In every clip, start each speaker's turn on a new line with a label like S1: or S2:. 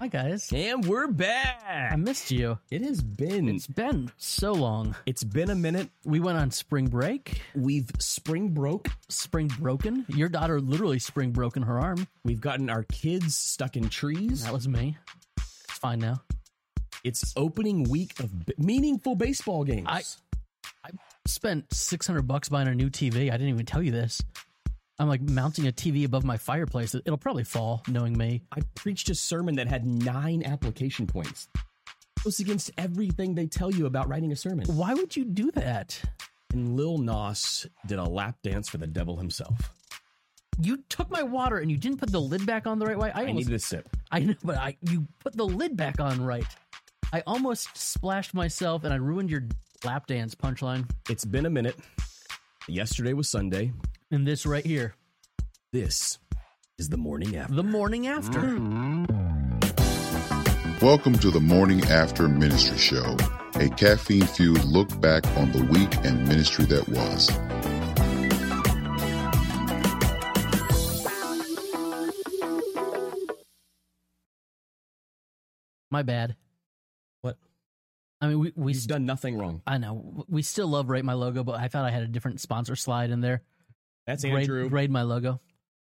S1: Hi guys.
S2: And we're
S1: I
S2: back.
S1: missed you.
S2: It has been
S1: It's been so long.
S2: it's been a minute.
S1: We went on spring break,
S2: We've spring broke.
S1: spring broken. Your daughter literally spring broken her arm.
S2: We've gotten our kids stuck in trees.
S1: That was me. It's fine now.
S2: It's opening week of b- meaningful baseball games.
S1: I- Spent 600 bucks buying a new TV. I didn't even tell you this. I'm like mounting a TV above my fireplace. It'll probably fall, knowing me.
S2: I preached a sermon that had nine application points. It was against everything they tell you about writing a sermon.
S1: Why would you do that?
S2: And Lil Nas did a lap dance for the devil himself.
S1: You took my water and you didn't put the lid back on the right way. I,
S2: I
S1: almost,
S2: needed a sip.
S1: I know, but I you put the lid back on right. I almost splashed myself and I ruined your lap dance punchline.
S2: It's been a minute. Yesterday was Sunday.
S1: And this right here,
S2: This is the morning after.
S1: the morning after.
S2: Mm-hmm.
S3: Welcome to the Morning After Ministry Show, a caffeine fueled look back on the week and ministry that was.
S1: My bad.
S2: What?
S1: I mean, we we
S2: He's
S1: st-
S2: done nothing wrong.
S1: I know we still love rate my logo, but I thought I had a different sponsor slide in there.
S2: That's
S1: Grade,
S2: Andrew.
S1: grade my logo.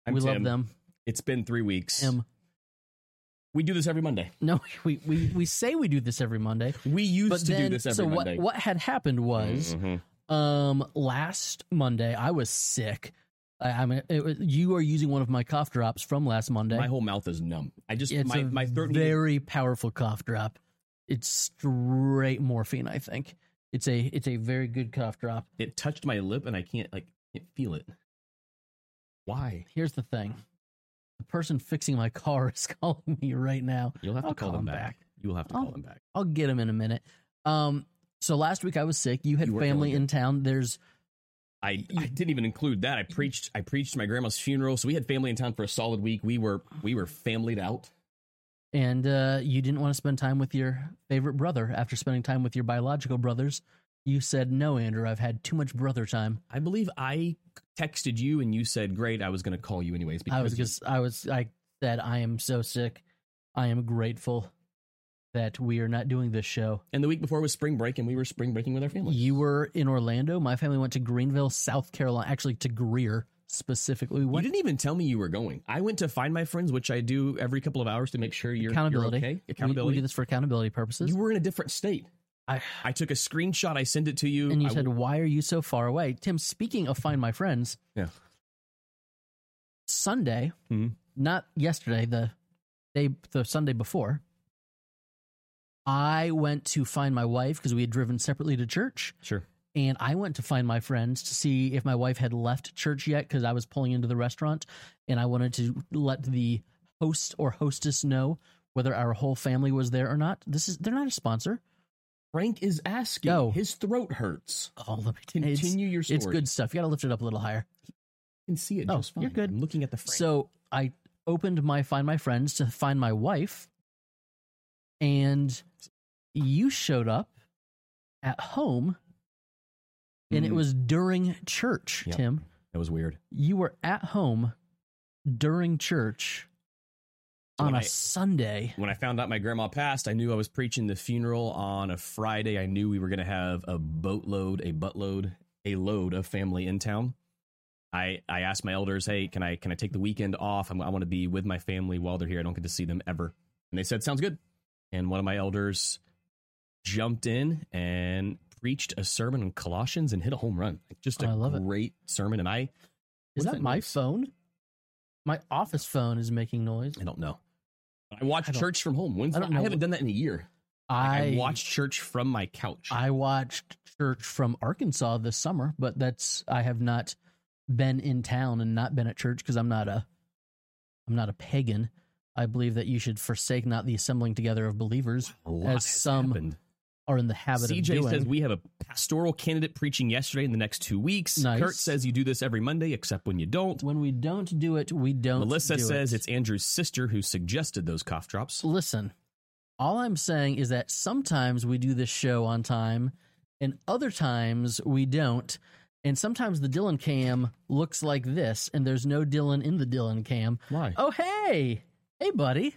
S2: I'm
S1: we love
S2: Tim.
S1: them.
S2: It's been three weeks.
S1: Tim.
S2: We do this every Monday.
S1: No, we, we we say we do this every Monday,
S2: We used
S1: but
S2: to
S1: then
S2: do this every
S1: so what
S2: Monday.
S1: what had happened was
S2: Mhm.
S1: um last Monday I was sick. I, I mean, it was, you are using one of my cough drops from last Monday.
S2: My whole mouth is numb. I just
S1: it's
S2: my
S1: a
S2: my throat. needed-
S1: very powerful cough drop. It's straight morphine, I think. It's a it's a very good cough drop.
S2: it touched my lip, and I can't like can't feel it. Why?
S1: Here's the thing. The person fixing my car is calling me right now.
S2: You'll have to
S1: I'll
S2: call,
S1: call
S2: them
S1: him
S2: back. You will have to
S1: I'll-
S2: call them back.
S1: I'll get him in a minute. Um so last week I was sick. You had
S2: You were
S1: family
S2: ill.
S1: in town. There's
S2: I, I didn't even include that. I preached. I preached my grandma's funeral, so we had family in town for a solid week. We were we were familied out.
S1: and uh you didn't want to spend time with your favorite brother after spending time with your biological brothers. You said, "No, Andrew, I've had too much brother time."
S2: I believe I texted you, and you said, "Great, I was going to call you anyways." Because
S1: I was just I was I said I am so sick. I am grateful that we are not doing this show.
S2: and the week before was spring break, and we were spring breaking with our family.
S1: You were in Orlando. My family went to Greenville, South Carolina, actually to Greer specifically. We
S2: You
S1: went
S2: didn't even tell me you were going. I went to find my friends, which I do every couple of hours to make sure you're, you're
S1: accountability.
S2: okay.
S1: We- We,
S2: Accountability.
S1: do this for accountability purposes.
S2: you were in a different state.
S1: I,
S2: I took a screenshot. I sent it to you.
S1: and you
S2: I-
S1: said, "Why are you so far away?" Tim, speaking of find my friends,
S2: Yeah.
S1: Sunday,
S2: Mhm.
S1: not yesterday, the day, the Sunday before. I went to find my wife because we had driven separately to church.
S2: "Sure."
S1: and I went to find my friends to see if my wife had left church yet because I was pulling into the restaurant and I wanted to let the host or hostess know whether our whole family was there or not. This is they're not a sponsor.
S2: Frank is asking.
S1: No.
S2: His throat hurts.
S1: Oh, let me
S2: Continue
S1: it's-
S2: your story.
S1: It's good stuff. You got to lift it up a little higher.
S2: You can see it
S1: Oh,
S2: just fine.
S1: you're good.
S2: I'm looking at the Frank.
S1: So I opened my find my friends to find my wife, and you showed up at home, and it
S2: Mm.
S1: was during church,
S2: Yep.
S1: Tim.
S2: that was weird.
S1: you were at home during church
S2: So
S1: on
S2: when
S1: a
S2: I-
S1: Sunday.
S2: When I found out my grandma passed, I knew I was preaching the funeral on a Friday. I knew we were going to have a boatload, a buttload, a load of family in town. I, I asked my elders, hey, can I can I take the weekend off? I'm, I want to be with my family while they're here. I don't get to see them ever. And they said, sounds good. And one of my elders jumped in and preached a sermon on Colossians and hit a home run. Just a
S1: Oh, I love it.
S2: great sermon. And I
S1: Is
S2: What's
S1: that my
S2: noise?
S1: phone? My office phone is making noise.
S2: I don't know. I watched
S1: I don't-
S2: church from home. When's
S1: I
S2: I,
S1: don't know.
S2: I haven't done that in a year. Like,
S1: I
S2: I watched church from my couch.
S1: I watched church from Arkansas this summer, but that's I have not been in town and not been at church because I'm not a I'm not a pagan. I believe that you should forsake not the assembling together of believers,
S2: A lot
S1: as
S2: has
S1: some
S2: happened.
S1: are in the habit of
S2: CJ
S1: doing.
S2: says we have a pastoral candidate preaching yesterday in the next two weeks.
S1: Nice.
S2: Kurt says you do this every Monday, except when you don't.
S1: when we don't do it, we don't.
S2: Melissa
S1: do
S2: says
S1: it.
S2: it's Andrew's sister who suggested those cough drops.
S1: listen, all I'm saying is that sometimes we do this show on time and other times we don't. And sometimes the Dylan cam looks like this and there's no Dylan in the Dylan cam.
S2: Why?
S1: Oh, hey. Hey, buddy.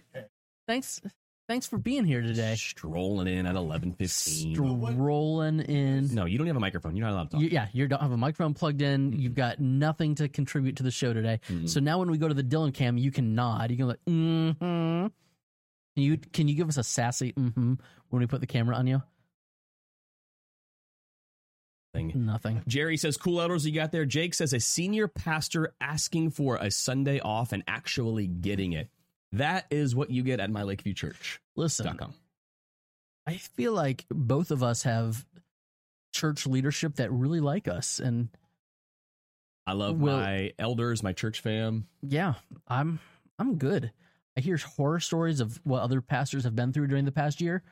S1: Thanks. Thanks for being here today.
S2: Strolling in at eleven fifteen.
S1: Strolling in.
S2: no, you don't have a microphone. You're not allowed to talk.
S1: You- yeah, you don't have a microphone plugged in. You've got nothing to contribute to the show today.
S2: Mm-mm.
S1: So now when we go to the Dylan cam, you can nod. You can like, mm-hmm. Can you can you give us a sassy mm-hmm when we put the camera on you?
S2: Thing.
S1: Nothing.
S2: Jerry says, cool elders you got there. Jake says, a senior pastor asking for a Sunday off and actually getting it. That is what you get at mylakeviewchurch.com.
S1: Listen, I feel like both of us have church leadership that really like us, and
S2: I love
S1: Well-
S2: my elders, my church fam.
S1: yeah, I'm I'm good. I hear horror stories of what other pastors have been through during the past year,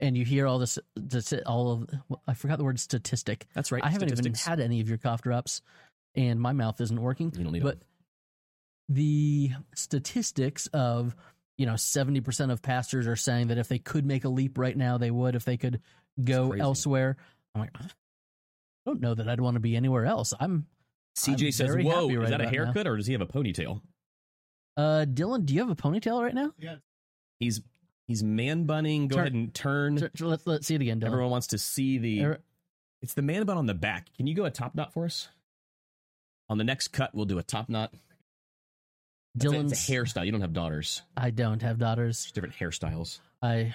S1: and you hear all this, this all of I forgot the word statistic.
S2: That's right.
S1: I haven't even
S2: statistics.
S1: had any of your cough drops, and my mouth isn't working.
S2: You don't need
S1: but
S2: them.
S1: the statistics of you know 70% of pastors are saying that if they could make a leap right now they would if they could go
S2: crazy.
S1: elsewhere i'm like i don't know that i'd want to be anywhere else i'm
S2: CJ
S1: I'm
S2: says,
S1: very
S2: whoa,
S1: happy
S2: is
S1: right
S2: that a
S1: about now."
S2: haircut or does he have a ponytail?
S1: uh dylan do you have a ponytail right now
S2: He's he's man bunning. Go
S1: Turn-
S2: ahead and turn.
S1: Tur- tur- let's, let's see it again dylan
S2: Everyone wants to see the.
S1: Er-
S2: It's the man bun on the back. Can you go a top knot for us? On the next cut, we'll do a top knot. That's a-
S1: dylan's
S2: it's a hairstyle. You don't have daughters.
S1: i don't have daughters
S2: There's different hairstyles.
S1: i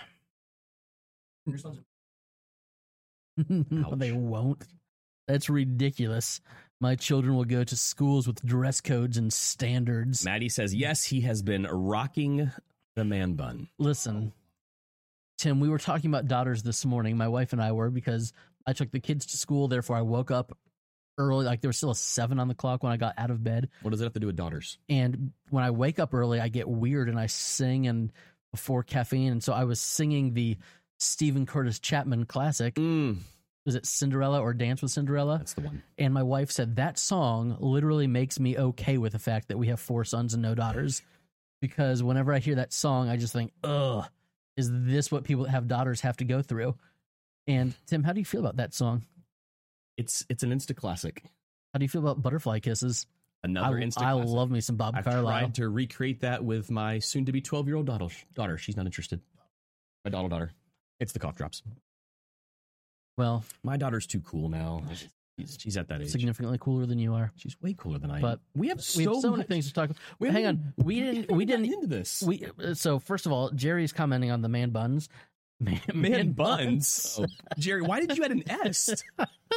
S1: no, they
S2: Ouch.
S1: won't that's ridiculous my children will go to schools with dress codes and standards
S2: Maddie says, yes, he has been rocking the man bun.
S1: Listen, Tim, we were talking about daughters this morning. My wife and I were because I took the kids to school. Therefore, I woke up early. Like there was still a seven on the clock when I got out of bed.
S2: What does it have to do with daughters?
S1: And when I wake up early, I get weird and I sing and before caffeine. And so I was singing the Stephen Curtis Chapman classic.
S2: Mm,
S1: Was it Cinderella or Dance with Cinderella?
S2: that's the one.
S1: And my wife said that song literally makes me okay with the fact that we have four sons and no daughters. Because whenever I hear that song, I just think, ugh, is this what people that have daughters have to go through? And Tim, how do you feel about that song?
S2: It's it's an insta classic.
S1: How do you feel about butterfly kisses?
S2: Another
S1: I,
S2: insta
S1: I
S2: classic.
S1: love me some Bob
S2: I've
S1: Carlyle.
S2: tried to recreate that with my soon to be 12 year old daughter. daughter. She's not interested. My daughter, daughter. It's the cough drops.
S1: well,
S2: My daughter's too cool now. She's, she's at that age.
S1: significantly cooler than you are.
S2: She's way cooler than I am.
S1: But
S2: we have
S1: We have so
S2: much-
S1: many things to talk about.
S2: we
S1: Hang
S2: haven't-
S1: on, we didn't.
S2: haven't
S1: We
S2: gotten
S1: didn't.
S2: into this.
S1: We uh, so first of all, Jerry's commenting on the man buns. Man,
S2: man, buns. Oh, Jerry, why did you add an S?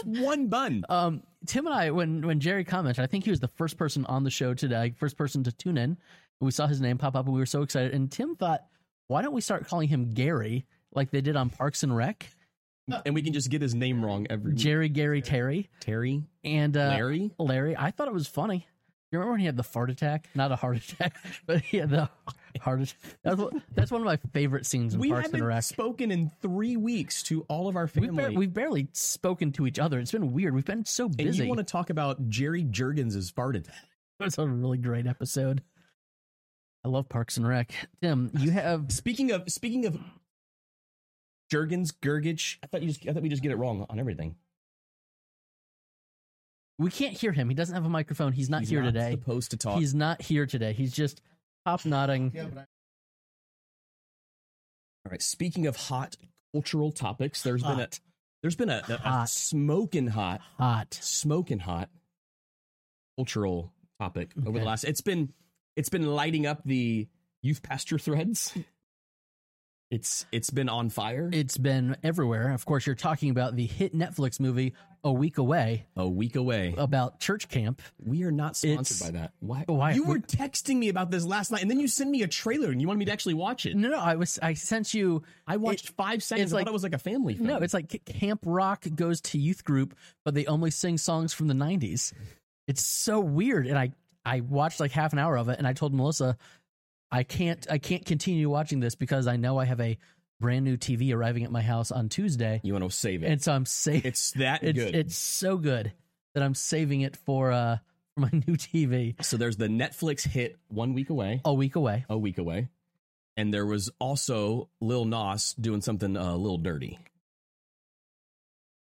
S2: One bun.
S1: um, Tim and I, when when Jerry commented, I think he was the first person on the show today, first person to tune in. We saw his name pop up, and we were so excited. And Tim thought, why don't we start calling him Gary, like they did on Parks and Rec,
S2: And we can just get his name wrong every week.
S1: Jerry, Gary, Terry,
S2: Terry,
S1: and uh,
S2: Larry.
S1: Larry. I thought it was funny. You remember when he had the fart attack? Not a heart attack, but he had the heart attack. That's, one- that's one of my favorite scenes in
S2: We
S1: Parks and
S2: haven't
S1: Rec.
S2: spoken in three weeks to all of our
S1: We've, bar-
S2: family.
S1: we've barely spoken to each other. It's been weird. We've been so
S2: and
S1: busy.
S2: you want to talk about Jerry Jurgens' fart attack.
S1: That's a really great episode. I love Parks and Rec. Tim, you have
S2: Speaking of speaking of Jurgens, Gergich, I thought you just I thought we just get it wrong on everything.
S1: we can't hear him. He doesn't have a microphone. He's not
S2: He's
S1: here
S2: not
S1: today.
S2: Supposed to talk.
S1: He's not here today. He's just hop nodding.
S2: All right. Speaking of hot cultural topics, there's been a
S1: Hot.
S2: there's been a, a, a
S1: Hot.
S2: smoking hot
S1: Hot.
S2: smoking hot cultural topic over
S1: Okay.
S2: the last it's been it's been lighting up the youth pastor threads it's it's been on fire
S1: It's been everywhere. Of course, you're talking about the hit Netflix movie A Week Away
S2: a week away
S1: about church camp.
S2: we are not
S1: It's- Oh,
S2: sponsored by that why,
S1: Why-
S2: you were texting me about this last night and then you sent me a trailer and you wanted me to actually watch it
S1: No, no, I was I sent you
S2: i watched five seconds
S1: it's
S2: i
S1: like-
S2: thought it was like a family film.
S1: No, it's like Camp Rock goes to youth group, but they only sing songs from the 90s. It's so weird and I I watched like half an hour of it and I told Melissa I can't I can't continue watching this because I know I have a brand new TV arriving at my house on Tuesday
S2: you want to save it
S1: and so I'm saving
S2: it's that
S1: it's
S2: good
S1: it's so good that I'm saving it for uh for my new TV
S2: so there's the netflix hit one week away
S1: a week away.
S2: a week away. And there was also Lil Nas doing something uh, a little dirty.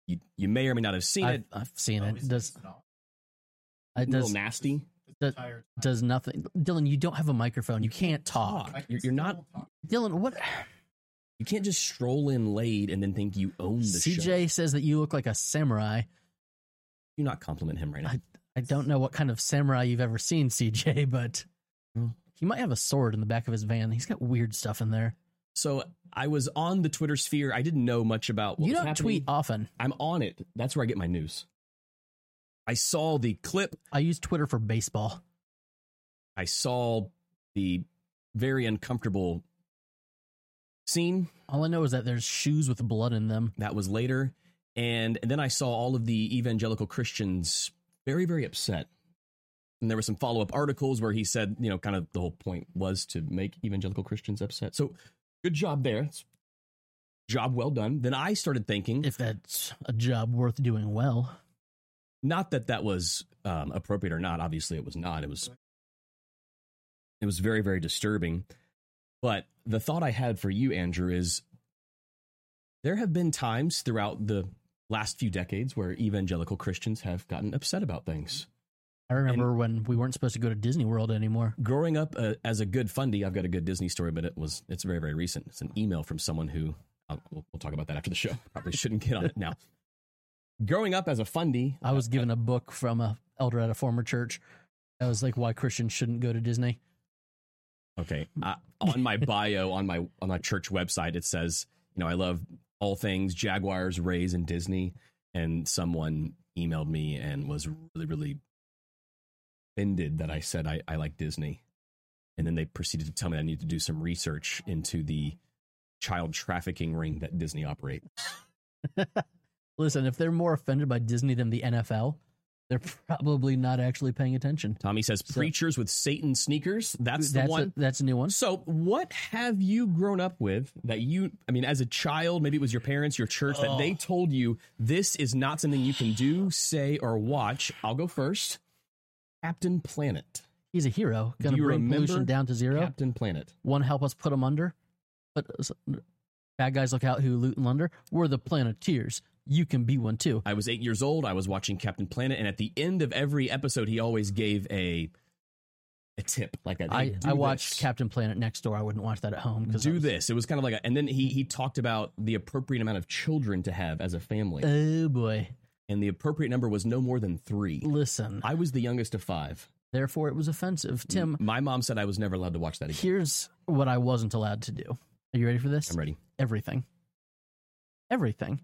S2: You, you may or may not have seen
S1: I've,
S2: it.
S1: I've seen it. Does it does
S2: little nasty.
S1: does, does nothing. Dylan, you don't have a microphone. You can't talk.
S2: You're, you're not.
S1: Dylan, what
S2: You can't just stroll in late and then think you own the show.
S1: CJ says that you look like a samurai.
S2: You not compliment him right now.
S1: I don't know what kind of samurai you've ever seen, CJ, but
S2: Hmm.
S1: he might have a sword in the back of his van. He's got weird stuff in there.
S2: So I was on the Twitter sphere. I didn't know much about what
S1: you
S2: was
S1: don't
S2: happening.
S1: tweet often.
S2: I'm on it. That's where I get my news. I saw the clip.
S1: I use Twitter for baseball.
S2: I saw the very uncomfortable scene
S1: All I know is that there's shoes with blood in them.
S2: that was later. And, and then I saw all of the evangelical Christians very, very upset. And there were some follow up articles where he said, you know, kind of the whole point was to make evangelical Christians upset. So good job there. It's- job well done. Then I started thinking.
S1: If that's a job worth doing well.
S2: not that that was um, appropriate or not obviously it was not it was it was very very disturbing but the thought i had for you andrew is there have been times throughout the last few decades where evangelical christians have gotten upset about things
S1: I remember when we weren't supposed to go to Disney World anymore.
S2: growing up uh, as a good fundy i've got a good disney story but it was it's very very recent it's an email from someone who I'll, we'll, we'll talk about that after the show probably shouldn't get on it now growing up as a fundy
S1: I was given a book from a elder at a former church. That was like why Christians shouldn't go to Disney.
S2: Okay. Uh, on my bio on my on my church website, it says, you know, I love all things Jaguars, Rays, and Disney. And someone emailed me and was really, really offended that I said I, I like Disney. And then they proceeded to tell me I need to do some research into the child trafficking ring that Disney operates.
S1: Listen, if they're more offended by Disney than the NFL, they're probably not actually paying attention.
S2: Tommy says,
S1: So-
S2: preachers with Satan sneakers. That's the
S1: that's
S2: one.
S1: A, that's a new one.
S2: So, what have you grown up with that you, I mean, as a child, maybe it was your parents, your church, that
S1: Oh.
S2: they told you this is not something you can do, say, or watch? I'll go first. Captain Planet.
S1: He's a hero.
S2: Do
S1: Going to
S2: you
S1: bring
S2: remember
S1: pollution down to zero.
S2: Captain Planet.
S1: One, help us put them under. But uh, bad guys look out who loot and lunder. We're the Planeteers. You can be one too.
S2: I was eight years old. I was watching Captain Planet, and at the end of every episode, he always gave a a tip like that. Hey,
S1: I,
S2: do
S1: I watched
S2: this.
S1: Captain Planet next door. I wouldn't watch that at home because
S2: Do this. It was kind of like, a, and then he he talked about the appropriate amount of children to have as a family,
S1: Oh boy!
S2: and the appropriate number was no more than three.
S1: Mm. Listen,
S2: I was the youngest of five.
S1: therefore it was offensive. Tim,
S2: My mom said I was never allowed to watch that again.
S1: here's what I wasn't allowed to do. Are you ready for this?
S2: I'm ready.
S1: Everything. Everything.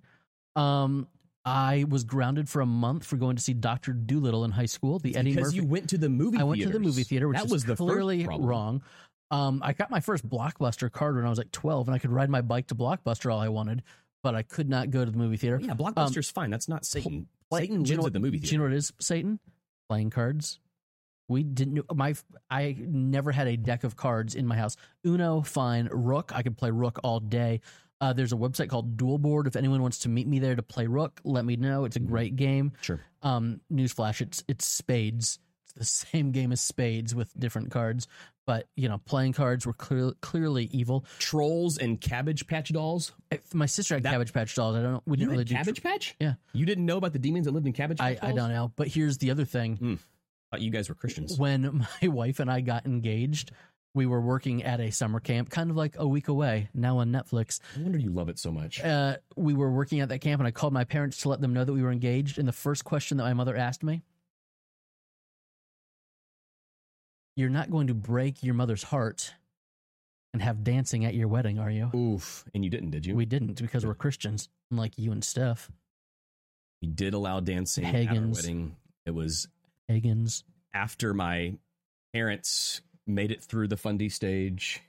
S1: Um, I was grounded for a month for going to see Doctor Doolittle in high school. The Eddie
S2: because
S1: Murphy.
S2: you went to the movie.
S1: I went to the
S2: theaters.
S1: movie theater, which
S2: that
S1: is
S2: was the first
S1: clearly
S2: problem.
S1: wrong. Um, I got my first Blockbuster card when I was like 12, and I could ride my bike to Blockbuster all I wanted, but I could not go to the movie theater.
S2: Oh, Yeah, Blockbuster's fine. That's not Satan.
S1: Play-
S2: Satan
S1: do
S2: lives
S1: Um, you know what-
S2: at the movie
S1: Do
S2: theater.
S1: you know what is Satan? Playing cards. We didn't. My I never had a deck of cards in my house. Uno, fine. Rook. I could play Rook all day. Uh, there's a website called Dual Board. If anyone wants to meet me there to play Rook, let me know.
S2: Mm-hmm.
S1: It's a great game.
S2: sure.
S1: Um, newsflash: it's it's spades. It's the same game as spades with different cards. But you know, playing cards were clear, clearly evil.
S2: Trolls and Cabbage Patch dolls.
S1: If my sister had
S2: That-
S1: Cabbage Patch dolls. I don't. We
S2: You
S1: didn't really
S2: had
S1: do.
S2: Cabbage Patch?
S1: Yeah.
S2: You didn't know about the demons that lived in Cabbage
S1: I
S2: Patch
S1: I
S2: dolls?
S1: don't know. But here's the other thing.
S2: Thought you guys were Christians.
S1: When my wife and I got engaged, we were working at a summer camp, kind of like a week away, now on Netflix.
S2: I wonder you love it so much.
S1: Uh, we were working at that camp, and I called my parents to let them know that we were engaged. And the first question that my mother asked me, You're not going to break your mother's heart and have dancing at your wedding, are you?
S2: Oof. And you didn't, did you?
S1: We didn't because we're Christians, unlike you and Steph.
S2: We did allow dancing at our
S1: Pagans.
S2: wedding. It was
S1: Higgins.
S2: after my parents made it through the fundy stage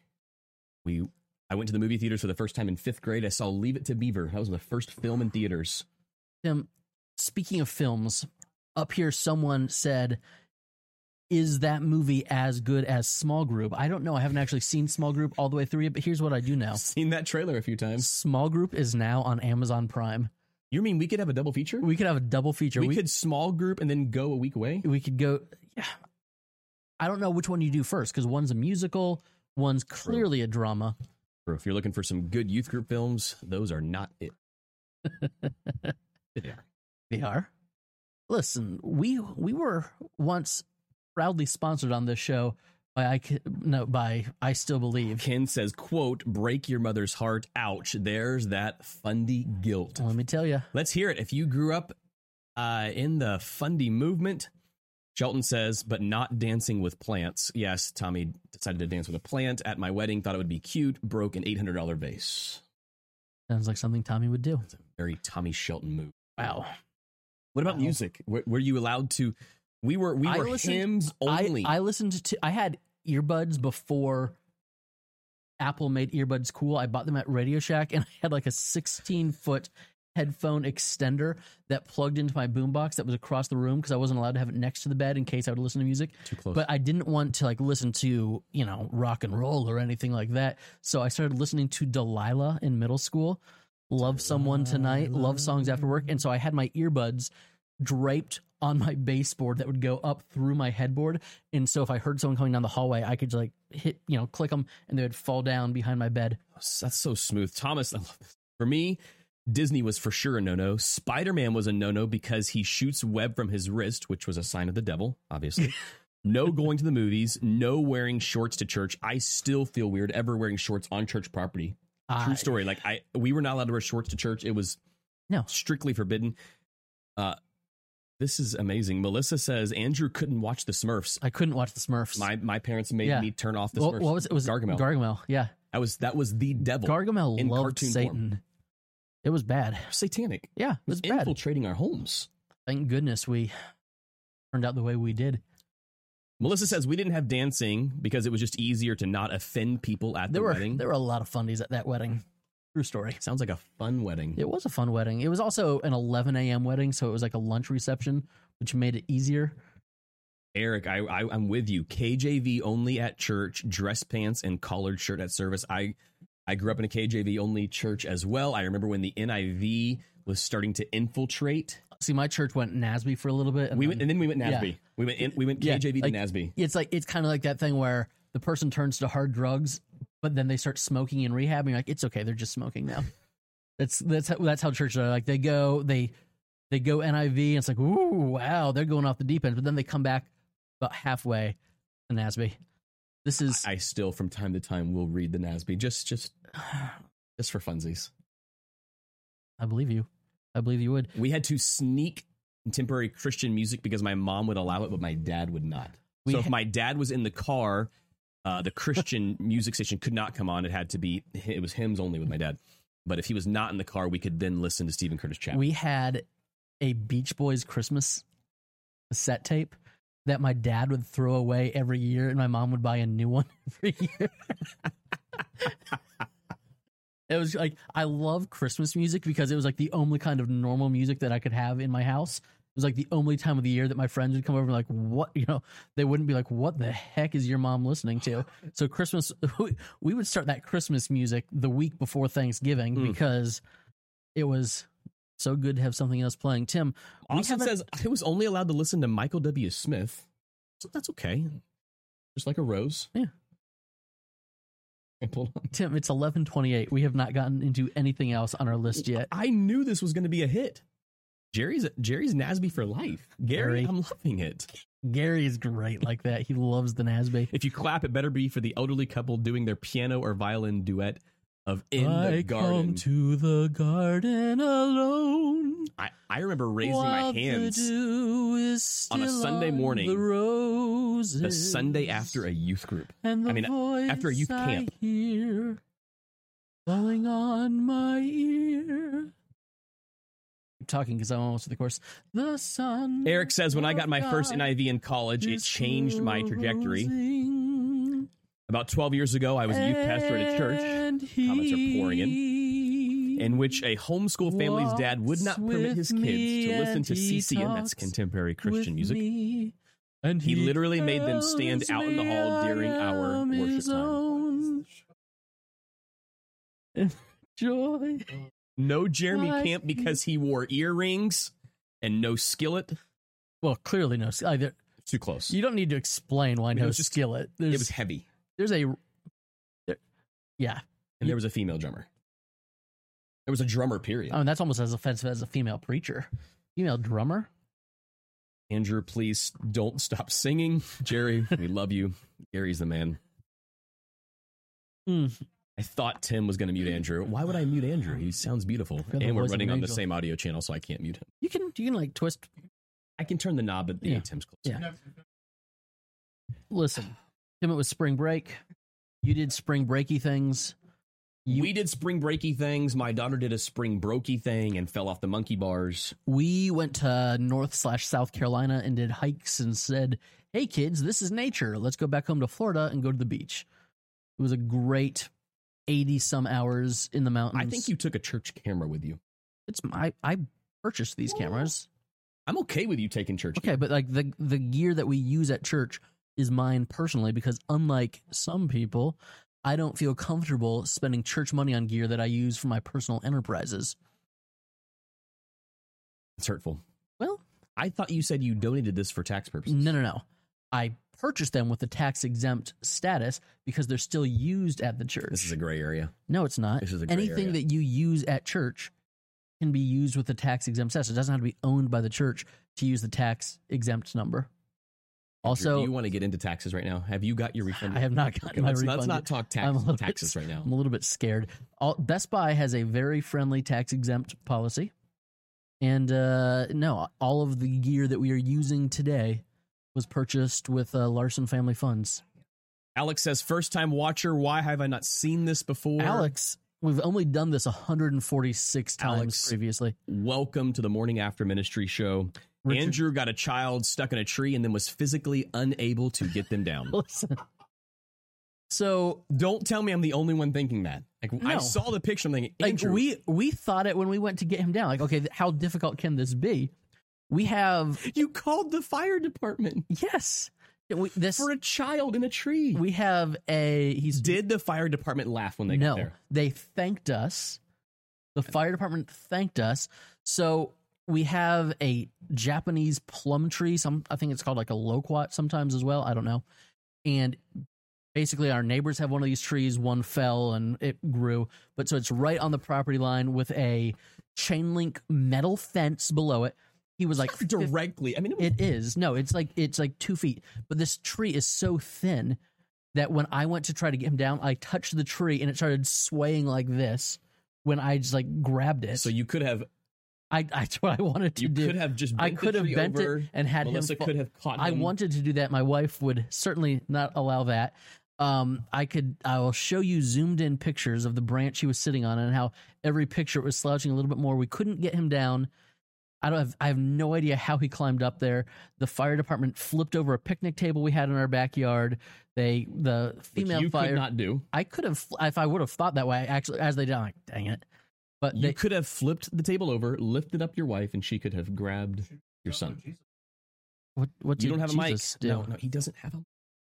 S2: we i went to the movie theaters for the first time in fifth grade i saw leave it to beaver that was the first film in theaters
S1: Tim, speaking of films, up here someone said, "Is that movie as good as Small Group?" I don't know. I haven't actually seen Small Group all the way through yet, but here's what I do know:
S2: i've seen that trailer a few times
S1: Small Group is now on Amazon Prime.
S2: you mean we could have a double feature we,
S1: We could have a double feature. We,
S2: could small group and then go a week away
S1: we could go. Yeah, I don't know which one you do first because one's a musical, one's clearly a drama.
S2: Bro, if you're looking for some good youth group films those are not it yeah.
S1: They are. Listen, we we were once proudly sponsored on this show By I c- no by I still believe.
S2: Ken says, quote, break your mother's heart. Ouch. There's that fundy guilt.
S1: Let me tell you,
S2: Let's hear it. If you grew up uh, in the fundy movement, Shelton says, but not dancing with plants. Yes, Tommy decided to dance with a plant at my wedding, thought it would be cute, broke an $800 vase.
S1: sounds like something Tommy would do.
S2: Very Tommy Shelton move.
S1: Wow.
S2: What about
S1: Wow.
S2: music? Were, were you allowed to? We were we
S1: I
S2: were
S1: listened-
S2: hymns only.
S1: I, I listened to I had earbuds before Apple made earbuds cool. I bought them at Radio Shack and I had like a 16 foot headphone extender that plugged into my boombox that was across the room because I wasn't allowed to have it next to the bed in case I would listen to music.
S2: Too close.
S1: But I didn't want to like listen to, you know, rock and roll or anything like that. So I started listening to Delilah in middle school, Love Someone Tonight, Love Songs After Work. And so I had my earbuds draped on my baseboard that would go up through my headboard. And so if I heard someone coming down the hallway, I could like hit, you know, click them and they would fall down behind my bed.
S2: That's so smooth. Thomas, I love this. For me, Disney was for sure a no no. Spider Man was a no no because he shoots web from his wrist, which was a sign of the devil, obviously. no going to the movies, no wearing shorts to church. I still feel weird ever wearing shorts on church property. True
S1: I-
S2: story. Like I, we were not allowed to wear shorts to church. It was
S1: No.
S2: strictly forbidden. Uh, this is amazing. Melissa says Andrew couldn't watch the Smurfs.
S1: I couldn't watch the Smurfs.
S2: My my parents made
S1: Yeah.
S2: me turn off the
S1: what,
S2: Smurfs.
S1: what was it? It was
S2: Gargamel.
S1: Gargamel. Yeah.
S2: that was that was the devil.
S1: Gargamel
S2: in
S1: loved
S2: cartoon
S1: Satan.
S2: form.
S1: It was bad.
S2: Satanic.
S1: Yeah, it was
S2: was
S1: bad.
S2: infiltrating our homes.
S1: Thank goodness we turned out the way we did.
S2: Melissa says we didn't have dancing because it was just easier to not offend people at
S1: There
S2: the
S1: were
S2: wedding.
S1: there were a lot of fundies at that wedding. True story.
S2: Sounds like a fun wedding.
S1: It was a fun wedding. It was also an 11 a.m. wedding, so it was like a lunch reception, which made it easier.
S2: Eric, I, I I'm with you. KJV only at church, dress pants and collared shirt at service. I I grew up in a KJV only church as well. I remember when the NIV was starting to infiltrate.
S1: See, my church went NASB for a little bit. And
S2: we
S1: then-
S2: went and then we went
S1: Yeah.
S2: NASB. We went in, we went
S1: Yeah,
S2: KJV
S1: like-
S2: to NASB.
S1: it's like it's kind of like that thing where the person turns to hard drugs, but then they start smoking in rehab, and you're like, it's okay, they're just smoking now. that's that's how, that's how churches are. Like they go they they go NIV, and it's like, ooh, wow, they're going off the deep end, but then they come back about halfway to NASB. This is
S2: I still from time to time will read the NASB just just just for funsies.
S1: I believe you. I believe you would.
S2: We had to sneak contemporary Christian music because my mom would allow it, but my dad would not.
S1: We
S2: so if
S1: ha-
S2: my dad was in the car, uh, the Christian music station could not come on. It had to be it was hymns only with my dad. But if he was not in the car, we could then listen to Stephen Curtis Chapman.
S1: We had a Beach Boys Christmas cassette tape that my dad would throw away every year, and my mom would buy a new one every year. it was like I love Christmas music because it was like the only kind of normal music that I could have in my house. It was like the only time of the year that my friends would come over and like, what you know, they wouldn't be like, what the heck is your mom listening to? So Christmas, we, we would start that Christmas music the week before Thanksgiving
S2: Mm.
S1: because it was so good to have something else playing. Tim, we
S2: Austin
S1: haven't-
S2: says I was only allowed to listen to Michael W. Smith, so that's okay. Just like a rose.
S1: Yeah.
S2: I pulled on-
S1: Tim, it's eleven twenty eight. We have not gotten into anything else on our list yet.
S2: I knew this was going to be a hit. Jerry's Jerry's Nasby for life.
S1: Gary.
S2: Gary. I'm loving it.
S1: Gary is great like that. He loves the Nasby.
S2: If you clap, it better be for the elderly couple doing their piano or violin duet of In the Garden.
S1: come to the garden alone.
S2: I, I remember raising
S1: while
S2: my
S1: the
S2: hands
S1: dew is
S2: on a
S1: still
S2: Sunday
S1: on
S2: morning,
S1: The, roses,
S2: the Sunday after a youth group.
S1: and the
S2: I mean,
S1: voice
S2: after a youth
S1: I
S2: camp.
S1: hear falling on my ear. Keep talking because I'm almost at the course. The sun.
S2: Eric says, when I got my
S1: of
S2: first
S1: God
S2: NIV in college, it
S1: is
S2: changed my trajectory.
S1: rising,
S2: About 12 years ago, I was a youth pastor at a church
S1: and
S2: Comments are pouring in.
S1: he
S2: in which a homeschool family's dad would not
S1: walks
S2: permit his
S1: with
S2: kids
S1: me
S2: to listen
S1: and
S2: to
S1: he
S2: CCM, that's
S1: talks
S2: contemporary
S1: with
S2: Christian music.
S1: me, and
S2: He literally made them stand
S1: tells
S2: out in the
S1: me
S2: hall
S1: I
S2: during our
S1: am
S2: worship
S1: his
S2: time.
S1: own Joy.
S2: No Jeremy
S1: Nice.
S2: Camp because he wore earrings and no skillet.
S1: Well, clearly no. Either
S2: Too close.
S1: you don't need to explain why
S2: mean, it
S1: no
S2: was just-
S1: skillet.
S2: it
S1: There's
S2: was heavy.
S1: there's a there- yeah.
S2: And there was a female drummer. There was a drummer, period.
S1: I mean that's almost as offensive as a female preacher, female drummer.
S2: Andrew, please don't stop singing. Jerry, we love you. Gary's the man. Hmm.
S1: Mm.
S2: I thought Tim was going to mute Andrew. Why would I mute Andrew? He sounds beautiful.
S1: got the
S2: And we're
S1: voice of
S2: running
S1: an
S2: on the
S1: angel.
S2: same audio channel, so I can't mute him.
S1: You can you can like twist.
S2: I can turn the knob, but the
S1: Yeah.
S2: Tim's close.
S1: Yeah. Listen, Tim, it was spring break. You did spring breaky things.
S2: we did spring breaky things. My daughter did a spring brokey thing and fell off the monkey bars.
S1: We went to North slash South Carolina and did hikes and said, "Hey kids, this is nature. Let's go back home to Florida and go to the beach." It was a great eighty some hours in the mountains.
S2: I think you took a church camera with you.
S1: It's my I purchased these cameras.
S2: I'm okay with you taking church.
S1: Okay, but like the the gear that we use at church is mine personally because unlike some people, I don't feel comfortable spending church money on gear that I use for my personal enterprises.
S2: It's hurtful.
S1: Well,
S2: I thought you said you donated this for tax purposes.
S1: no no no. I purchased them with the tax exempt status because they're still used at the church.
S2: This is a gray area.
S1: no, it's not.
S2: This is a gray
S1: Anything
S2: area.
S1: that you use at church can be used with the tax exempt status. It doesn't have to be owned by the church to use the tax exempt number. Also,
S2: do you want to get into taxes right now? Have you got your refund?
S1: I have not gotten
S2: Okay,
S1: my
S2: let's,
S1: refund.
S2: let's not
S1: yet.
S2: talk
S1: I'm a
S2: tax,
S1: little bit-
S2: taxes right now.
S1: I'm a little bit scared. All, Best Buy has a very friendly tax exempt policy, and uh, no, all of the gear that we are using today was purchased with uh, Larson family funds.
S2: Alex says, first time watcher. Why have I not seen this before?
S1: Alex, we've only done this 146 times
S2: Alex.
S1: previously.
S2: welcome to the Morning After Ministry show.
S1: Richard-
S2: Andrew got a child stuck in a tree and then was physically unable to get them down.
S1: Listen. So
S2: Don't tell me I'm the only one thinking that. Like I
S1: No.
S2: saw the picture. I'm thinking,
S1: like
S2: Andrew,
S1: we we thought it when we went to get him down. Like, okay, th- how difficult can this be? We have
S2: you called the fire department
S1: yes. We, this
S2: for a child in a tree.
S1: we have a he's
S2: Did the fire department laugh when they
S1: no
S2: got there?
S1: they thanked us the fire department thanked us so we have a japanese plum tree some i think it's called like a loquat sometimes as well i don't know and basically our neighbors have one of these trees one fell and it grew but so it's right on the property line with a chain link metal fence below it he was like fif-
S2: Directly. I mean, it was
S1: it is. No, it's like it's like two feet. But this tree is so thin that when I went to try to get him down, I touched the tree and it started swaying like this. When I just like grabbed it,
S2: So you could have
S1: I that's what I wanted to
S2: you
S1: do.
S2: could have just
S1: I
S2: bent
S1: could
S2: the
S1: have
S2: tree
S1: bent
S2: over.
S1: it and had
S2: Melissa
S1: him. fall-
S2: could have caught.
S1: I
S2: him.
S1: wanted to do that. My wife would certainly not allow that. Um, I could. I will show you zoomed in pictures of the branch he was sitting on and how every picture it was slouching a little bit more. We couldn't get him down. I don't have. I have no idea how he climbed up there. The fire department flipped over a picnic table we had in our backyard. They the
S2: which
S1: female
S2: you
S1: fire.
S2: could not do.
S1: I could have if I would have thought that way. I Actually, as they did, I'm like, dang it. But
S2: You
S1: they,
S2: could have flipped the table over, lifted up your wife, and she could have grabbed your son.
S1: what what
S2: You
S1: did
S2: don't have
S1: Jesus
S2: a mic.
S1: do?
S2: No, no, he doesn't have a mic.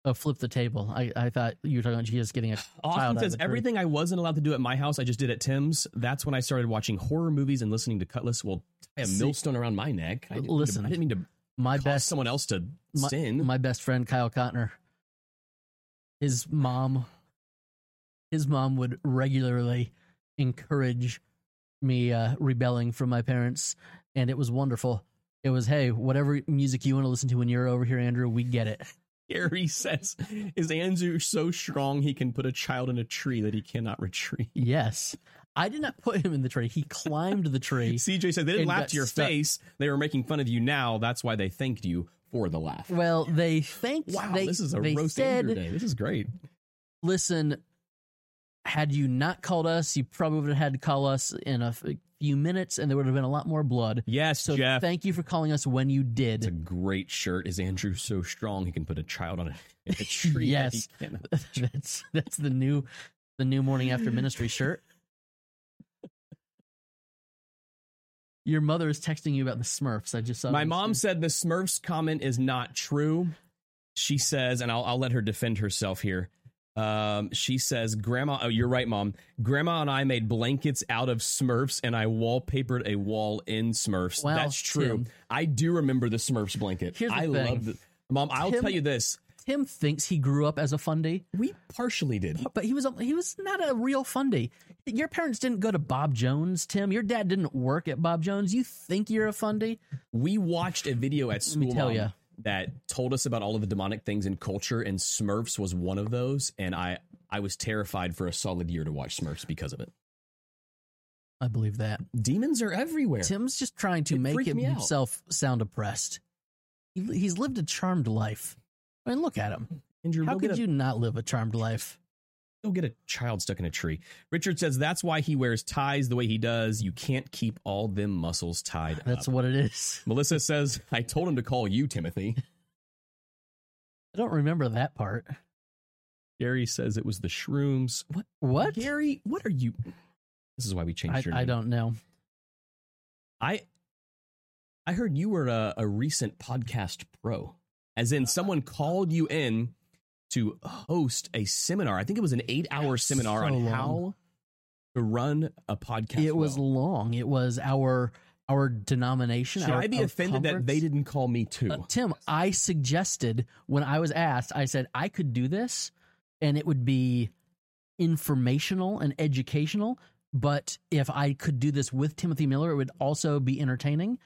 S1: Oh, flip the table. I, I thought you were talking about Jesus getting a child out
S2: Austin
S1: of
S2: says
S1: a tree.
S2: everything I wasn't allowed to do at my house, I just did at Tim's. That's when I started watching horror movies and listening to Cutlass. Well, tie a
S1: See-
S2: millstone around my neck. I didn't mean to-
S1: Listen,
S2: I didn't mean to
S1: My
S2: cause
S1: best
S2: someone else to
S1: my,
S2: sin.
S1: my best friend Kyle Cotner. His mom his mom would regularly encourage me uh, rebelling from my parents and it was wonderful. It was hey, whatever music you want to listen to when you're over here, Andrew, we get it.
S2: Gary says, "Is Andrew so strong he can put a child in a tree that he cannot retrieve?"
S1: Yes. I did not put him in the tree. He climbed the tree.
S2: CJ said they didn't
S1: and
S2: laugh
S1: got
S2: to your
S1: stuck.
S2: face. They were making fun of you now. That's why they thanked you for the laugh.
S1: Well, they thanked
S2: wow,
S1: they,
S2: this is a
S1: they
S2: roast
S1: said,
S2: Andrew day. This is great.
S1: listen, had you not called us, you probably would have had to call us in a f- few minutes and there would have been a lot more blood.
S2: Yes,
S1: So
S2: Jeff.
S1: thank you for calling us when you
S2: it's a
S1: did.
S2: great shirt. Is Andrew so strong he can put a child on a, in a tree? that he
S1: Yes.
S2: cannot-
S1: that's that's the new the new morning after ministry shirt. Your mother is texting you about the Smurfs. I just saw
S2: My
S1: on the screen.
S2: mom said the Smurfs comment is not true. She says, and I'll, I'll let her defend herself here. Um, she says, Grandma, oh, you're right, Mom. Grandma and I made blankets out of Smurfs and I wallpapered a wall in Smurfs.
S1: Wow,
S2: That's true.
S1: Tim.
S2: I do remember the Smurfs blanket.
S1: Here's the
S2: I
S1: thing.
S2: love the Mom, I'll
S1: Tim-
S2: tell you this.
S1: Tim thinks he grew up as a fundy,
S2: We partially did.
S1: but he was he was not a real fundy. Your parents didn't go to Bob Jones, Tim. Your dad didn't work at Bob Jones. You think you're a fundy?
S2: We watched a video at
S1: me
S2: school
S1: tell
S2: Mom,
S1: ya.
S2: that told us about all of the demonic things in culture, and Smurfs was one of those. And I, I was terrified for a solid year to watch Smurfs because of it.
S1: I believe that.
S2: Demons are everywhere.
S1: Tim's just trying to
S2: It
S1: make
S2: freaked
S1: him
S2: me out.
S1: himself sound oppressed. He, he's lived a charmed life. I mean, look at him.
S2: Andrew,
S1: How
S2: go
S1: could
S2: get a-
S1: you not live a charmed life?
S2: go get a child stuck in a tree. Richard says that's why he wears ties the way he does. You can't keep all them muscles tied
S1: That's
S2: up.
S1: what it is.
S2: Melissa says, I told him to call you, Timothy.
S1: I don't remember that part.
S2: Gary says it was the shrooms. What?
S1: What?
S2: Gary, what are you? This is why we changed
S1: I,
S2: your name.
S1: I don't know.
S2: I I heard you were a, a recent podcast pro, as in someone called you in to host a seminar. I think it was an eight-hour seminar
S1: So
S2: on
S1: long.
S2: how to run a podcast.
S1: it was
S2: well.
S1: long. It was our our denomination.
S2: Should
S1: our-
S2: I be
S1: our
S2: offended that
S1: conference.
S2: they didn't call me too?
S1: Uh, Tim, I suggested when I was asked, I said I could do this and it would be informational and educational. But if I could do this with Timothy Miller, it would also be entertaining.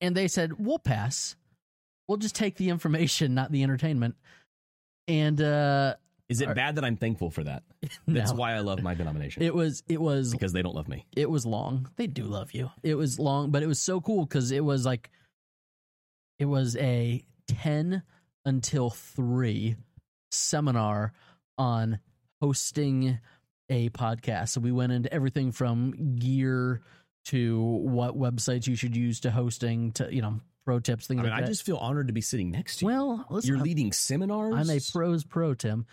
S1: And they said, we'll pass. We'll just take the information, not the entertainment. And uh,
S2: Is it
S1: are-
S2: bad that I'm thankful for that? That's
S1: no,
S2: why I love my denomination
S1: it was it was
S2: because they don't love me.
S1: it was long. They do love you. It was long, but it was so cool because it was like it was a ten until three seminar on hosting a podcast. So we went into everything from gear to what websites you should use to hosting to you know pro tips things
S2: I mean,
S1: like
S2: I
S1: that.
S2: just feel honored to be sitting next to you.
S1: well, listen,
S2: You're
S1: I'm-
S2: leading seminars.
S1: I'm a pros pro, Tim,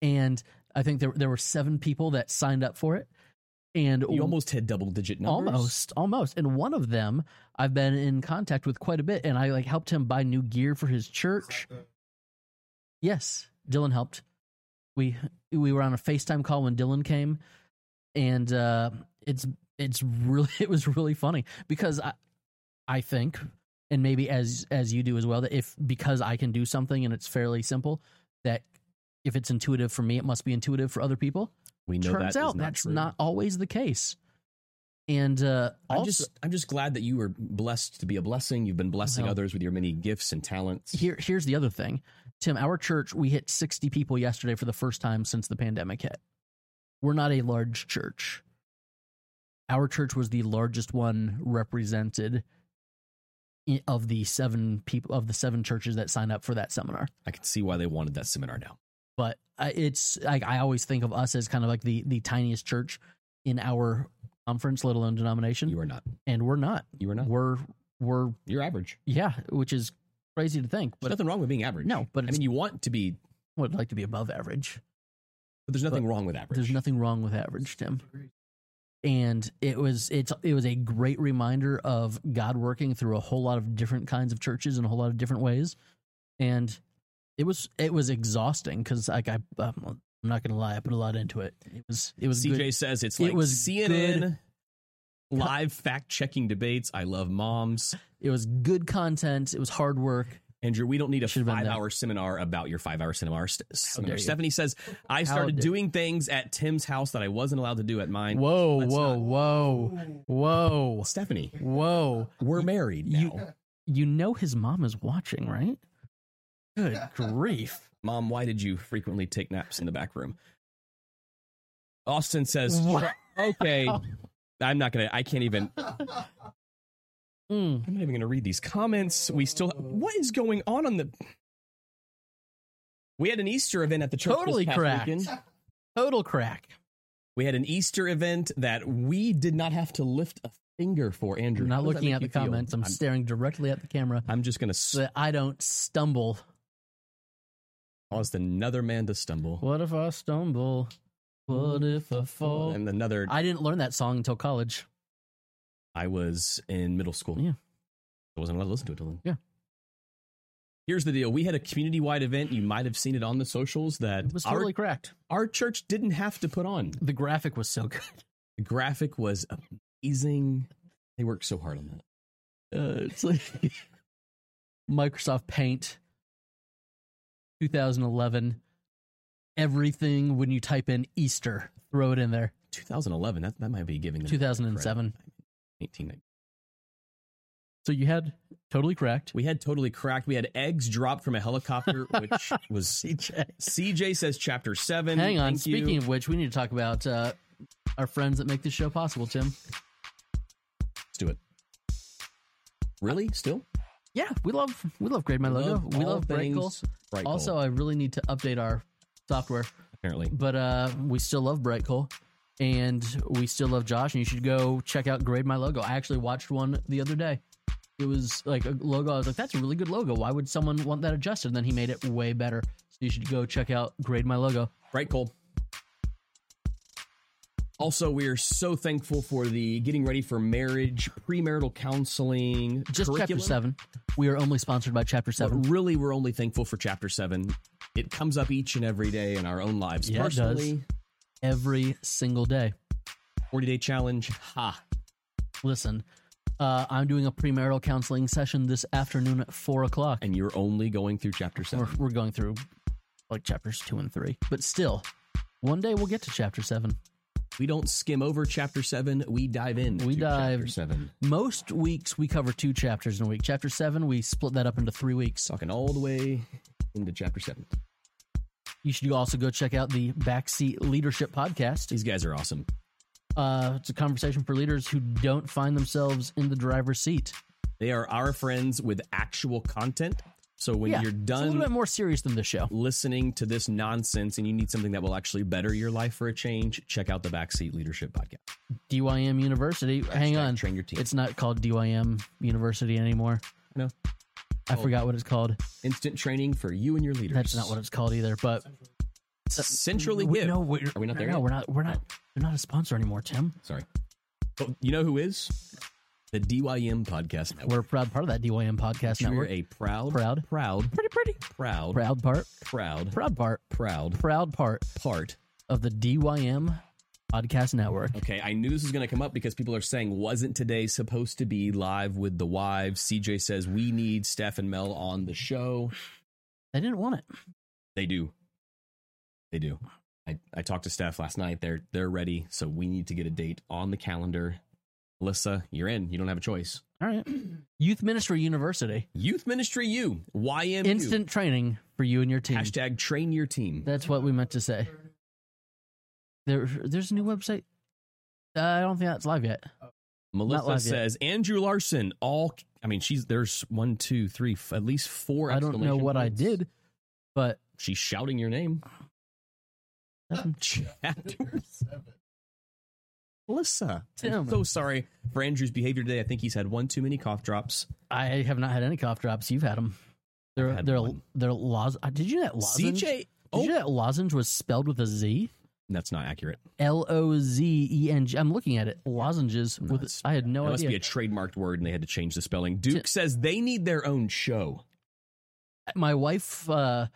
S1: and I think there there were seven people that signed up for it, and
S2: You almost had double-digit numbers.
S1: almost almost and one of them i've been in contact with quite a bit and i like helped him buy new gear for his church yes dylan helped we we were on a facetime call when dylan came and uh it's it's really it was really funny because i i think and maybe as as you do as well that if because i can do something and it's fairly simple that if it's intuitive for me it must be intuitive for other people
S2: We know
S1: turns
S2: that is
S1: out
S2: not
S1: that's
S2: true.
S1: not always the case. And uh, also,
S2: I'm just I'm just glad that you were blessed to be a blessing. You've been blessing
S1: Well.
S2: others with your many gifts and talents.
S1: here here's the other thing, Tim. Our church we hit 60 people yesterday for the first time since the pandemic hit. We're not a large church. Our church was the largest one represented i- of the seven people of the seven churches that signed up for that seminar.
S2: I can see why they wanted that seminar now.
S1: But I- it's like I always think of us as kind of like the the tiniest church in our conference, let alone denomination,
S2: You are not.
S1: and we're not.
S2: You are not.
S1: We're we're
S2: You're average.
S1: Yeah, which is crazy to think, but
S2: There's nothing wrong with being average.
S1: No, but
S2: I
S1: it's-
S2: mean you want to be,
S1: I would like to be above average.
S2: but there's nothing wrong with average.
S1: There's nothing wrong with average, Tim. And it was it's it was a great reminder of God working through a whole lot of different kinds of churches in a whole lot of different ways, and it was it was exhausting because like I um, I'm not gonna lie, I put a lot into it. It was it was
S2: CJ
S1: good.
S2: says it's
S1: It
S2: like
S1: was
S2: CNN live fact checking debates. I love moms.
S1: It was good content. It was hard work.
S2: Andrew, we don't need a
S1: Should've been
S2: five
S1: that.
S2: hour seminar about your five hour seminar. St-
S1: dare
S2: seminar.
S1: you.
S2: Stephanie says, I
S1: How
S2: started
S1: dare-
S2: doing things at Tim's house that I wasn't allowed to do at mine.
S1: Whoa,
S2: Let's
S1: whoa,
S2: not-
S1: whoa, whoa,
S2: Stephanie,
S1: whoa.
S2: we're married now.
S1: You- You know his mom is watching, right? Good grief.
S2: Mom, why did you frequently take naps in the back room? Austin says,
S1: What?
S2: okay, I'm not going to, I can't even, I'm
S1: Mm.
S2: not even going to read these comments. We still, what is going on on the, we had an Easter event at the church. this
S1: Totally
S2: past
S1: cracked.
S2: weekend.
S1: Total crack.
S2: We had an Easter event that we did not have to lift a finger for, Andrew.
S1: I'm
S2: how
S1: not
S2: does that
S1: looking
S2: make
S1: at the
S2: you feel?
S1: comments. I'm,
S2: I'm,
S1: staring directly at the camera
S2: I'm just going
S1: so
S2: to
S1: that I don't stumble.
S2: cause another man to stumble.
S1: What if I stumble? What if I fall?
S2: And another,
S1: I didn't learn that song until college.
S2: I was in middle school.
S1: Yeah.
S2: I wasn't allowed to listen to it till then.
S1: Yeah.
S2: Here's the deal. We had a community wide event. You might have seen it on the socials that
S1: It was
S2: our,
S1: totally cracked.
S2: our church didn't have to put on.
S1: The graphic was so good.
S2: The graphic was amazing. They worked so hard on that.
S1: Uh, it's like Microsoft Paint 2011. Everything when you type in Easter, throw it in there.
S2: 2011. That, that might be giving them
S1: 2007.
S2: 18.
S1: So you had totally correct.
S2: We had totally cracked. We had eggs dropped from a helicopter, which was CJ. CJ says chapter seven.
S1: Hang on.
S2: Thank you.
S1: Speaking of which, we need to talk about uh, our friends that make this show possible, Tim.
S2: let's do it. Really? Still?
S1: Yeah, we love we love Grade My Logo. we
S2: all
S1: love
S2: things
S1: Brickle.
S2: Brightcoal,
S1: Also, I really need to update our software,
S2: apparently.
S1: but uh, we still love Brightcoal and we still love Josh. And you should go check out Grade My Logo. I actually watched one the other day. It was like a logo. I was like, that's a really good logo. Why would someone want that adjusted? And then he made it way better. So you should go check out Grade My Logo.
S2: Bright coal. Also, we are so thankful for the getting ready for marriage, premarital counseling,
S1: Just
S2: curriculum.
S1: chapter seven. We are only sponsored by chapter
S2: But
S1: seven.
S2: really, we're only thankful for chapter seven. It comes up each and every day in our own lives.
S1: Yeah, it does.
S2: Personally,
S1: Every single day.
S2: 40 day challenge. Ha.
S1: Listen, uh, I'm doing a premarital counseling session this afternoon at four o'clock.
S2: And you're only going through chapter seven.
S1: We're, we're going through like chapters two and three, but still, one day we'll get to chapter seven.
S2: We don't skim over chapter seven. We dive in.
S1: We
S2: to Chapter
S1: dive-
S2: seven.
S1: Most weeks we cover two chapters in a week. Chapter seven, we split that up into three weeks.
S2: Talking all the way into chapter seven.
S1: You should also go check out the Backseat Leadership Podcast.
S2: These guys are awesome.
S1: Uh, it's a conversation for leaders who don't find themselves in the driver's seat.
S2: They are our friends with actual content. So when
S1: Yeah,
S2: you're
S1: It's a little bit
S2: done
S1: more serious than this show.
S2: listening to this nonsense and you need something that will actually better your life for a change, check out the Backseat Leadership Podcast.
S1: DYM University. Hang
S2: Hashtag
S1: on.
S2: Train your team.
S1: It's not called DYM University anymore.
S2: No.
S1: I
S2: Oh.
S1: forgot what it's called.
S2: Instant training for you and your leaders.
S1: That's not what it's called either, but
S2: Centrally
S1: We-
S2: give.
S1: No, we're,
S2: Are we not there
S1: No,
S2: yet?
S1: we're not. We're not. They're not a sponsor anymore, Tim.
S2: Sorry. But you know who is? The DYM Podcast Network.
S1: We're a proud part of that DYM podcast
S2: We're
S1: network.
S2: a proud,
S1: Proud.
S2: proud,
S1: pretty, pretty
S2: proud,
S1: proud
S2: proud,
S1: part.
S2: proud,
S1: Proud part.
S2: proud
S1: Proud part
S2: part
S1: of the DYM podcast network.
S2: Okay, I knew this was going to come up because people are saying, wasn't today supposed to be live with the wives? CJ says, we need Steph and Mel on the show.
S1: They didn't want it.
S2: They do. They do. I, I talked to Steph last night. They're, they're ready. So we need to get a date on the calendar. Alyssa, you're in. You don't have a choice.
S1: All right. Youth Ministry University.
S2: Youth Ministry U, YMU.
S1: Instant training for you and your team.
S2: Hashtag train your team.
S1: That's what we meant to say. There, there's a new website. Uh, I don't think that's live yet. not
S2: Melissa
S1: live yet.
S2: says, Andrew Larson, all, I mean, she's, there's one, two, three, f- at least four.
S1: I don't know
S2: exclamation
S1: what I
S2: points.
S1: did, but
S2: She's shouting your name.
S1: Nothing.
S2: Chapter seven. Melissa, I'm
S1: Tim.
S2: so sorry for Andrew's behavior today. I think he's had one too many cough drops.
S1: I have not had any cough drops. You've had them. They're
S2: had
S1: they're
S2: one.
S1: they're loz. uh, Did you know that lozenge?
S2: CJ,
S1: Did
S2: oh,
S1: you know that lozenge was spelled with a Z?
S2: that's not accurate.
S1: L O Z E N G. I'm looking at it. Lozenges
S2: No,
S1: with.
S2: it's-
S1: I had no
S2: that must be
S1: idea.
S2: a trademarked word, and they had to change the spelling. Duke says they need their own show.
S1: My wife uh,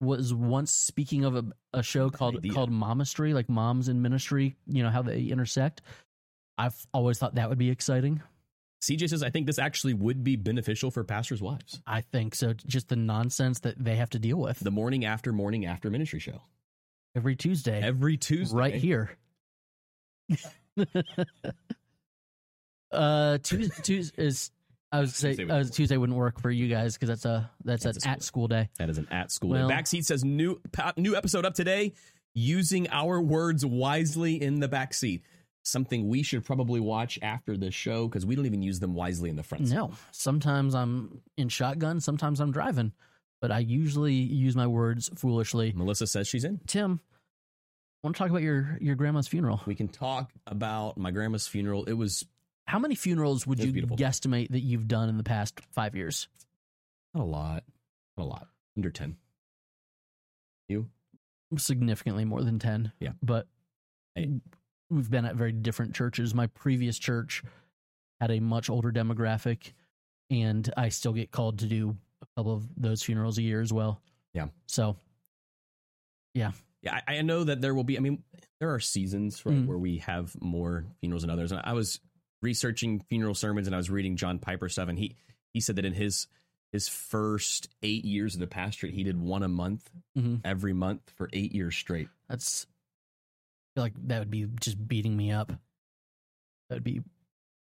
S1: was once speaking of a, a show called
S2: idea.
S1: called Momistry, like moms in ministry. You know how they intersect. I've always thought that would be exciting.
S2: CJ says I think this actually would be beneficial for pastors' wives.
S1: I think so. Just the nonsense that they have to deal with
S2: The morning after morning after ministry show
S1: every Tuesday,
S2: every Tuesday,
S1: right here. uh, Tuesday, Tuesday is. I was gonna say
S2: Tuesday wouldn't
S1: uh,
S2: work.
S1: Tuesday wouldn't work for you guys because that's a that's,
S2: That's a
S1: an
S2: school
S1: at school day.
S2: That is an at school.
S1: Well-
S2: backseat says new pa- new episode up today, using our words wisely in the backseat. Something we should probably watch after this show because we don't even use them wisely in the front. seat.
S1: No, sometimes I'm in shotgun, sometimes I'm driving, but I usually use my words foolishly.
S2: Melissa says she's in.
S1: Tim, I want to talk about your your grandma's funeral.
S2: We can talk about my grandma's funeral. It was
S1: How many funerals would
S2: It's
S1: you
S2: beautiful.
S1: guesstimate that you've done in the past five years?
S2: not a lot, not a lot, under ten. You?
S1: significantly more than 10
S2: Yeah.
S1: but
S2: Hey.
S1: we've been at very different churches my previous church had a much older demographic and i still get called to do a couple of those funerals a year as well
S2: Yeah.
S1: so
S2: Yeah, I, I know that there will be. I mean, there are seasons right,
S1: Mm.
S2: where we have more funerals than others. And I was researching funeral sermons, and I was reading John Piper stuff, and he he said that in his his first eight years of the pastorate, he did one a month
S1: hmm
S2: every month for eight years straight.
S1: That's I feel like that would be just beating me up. That'd be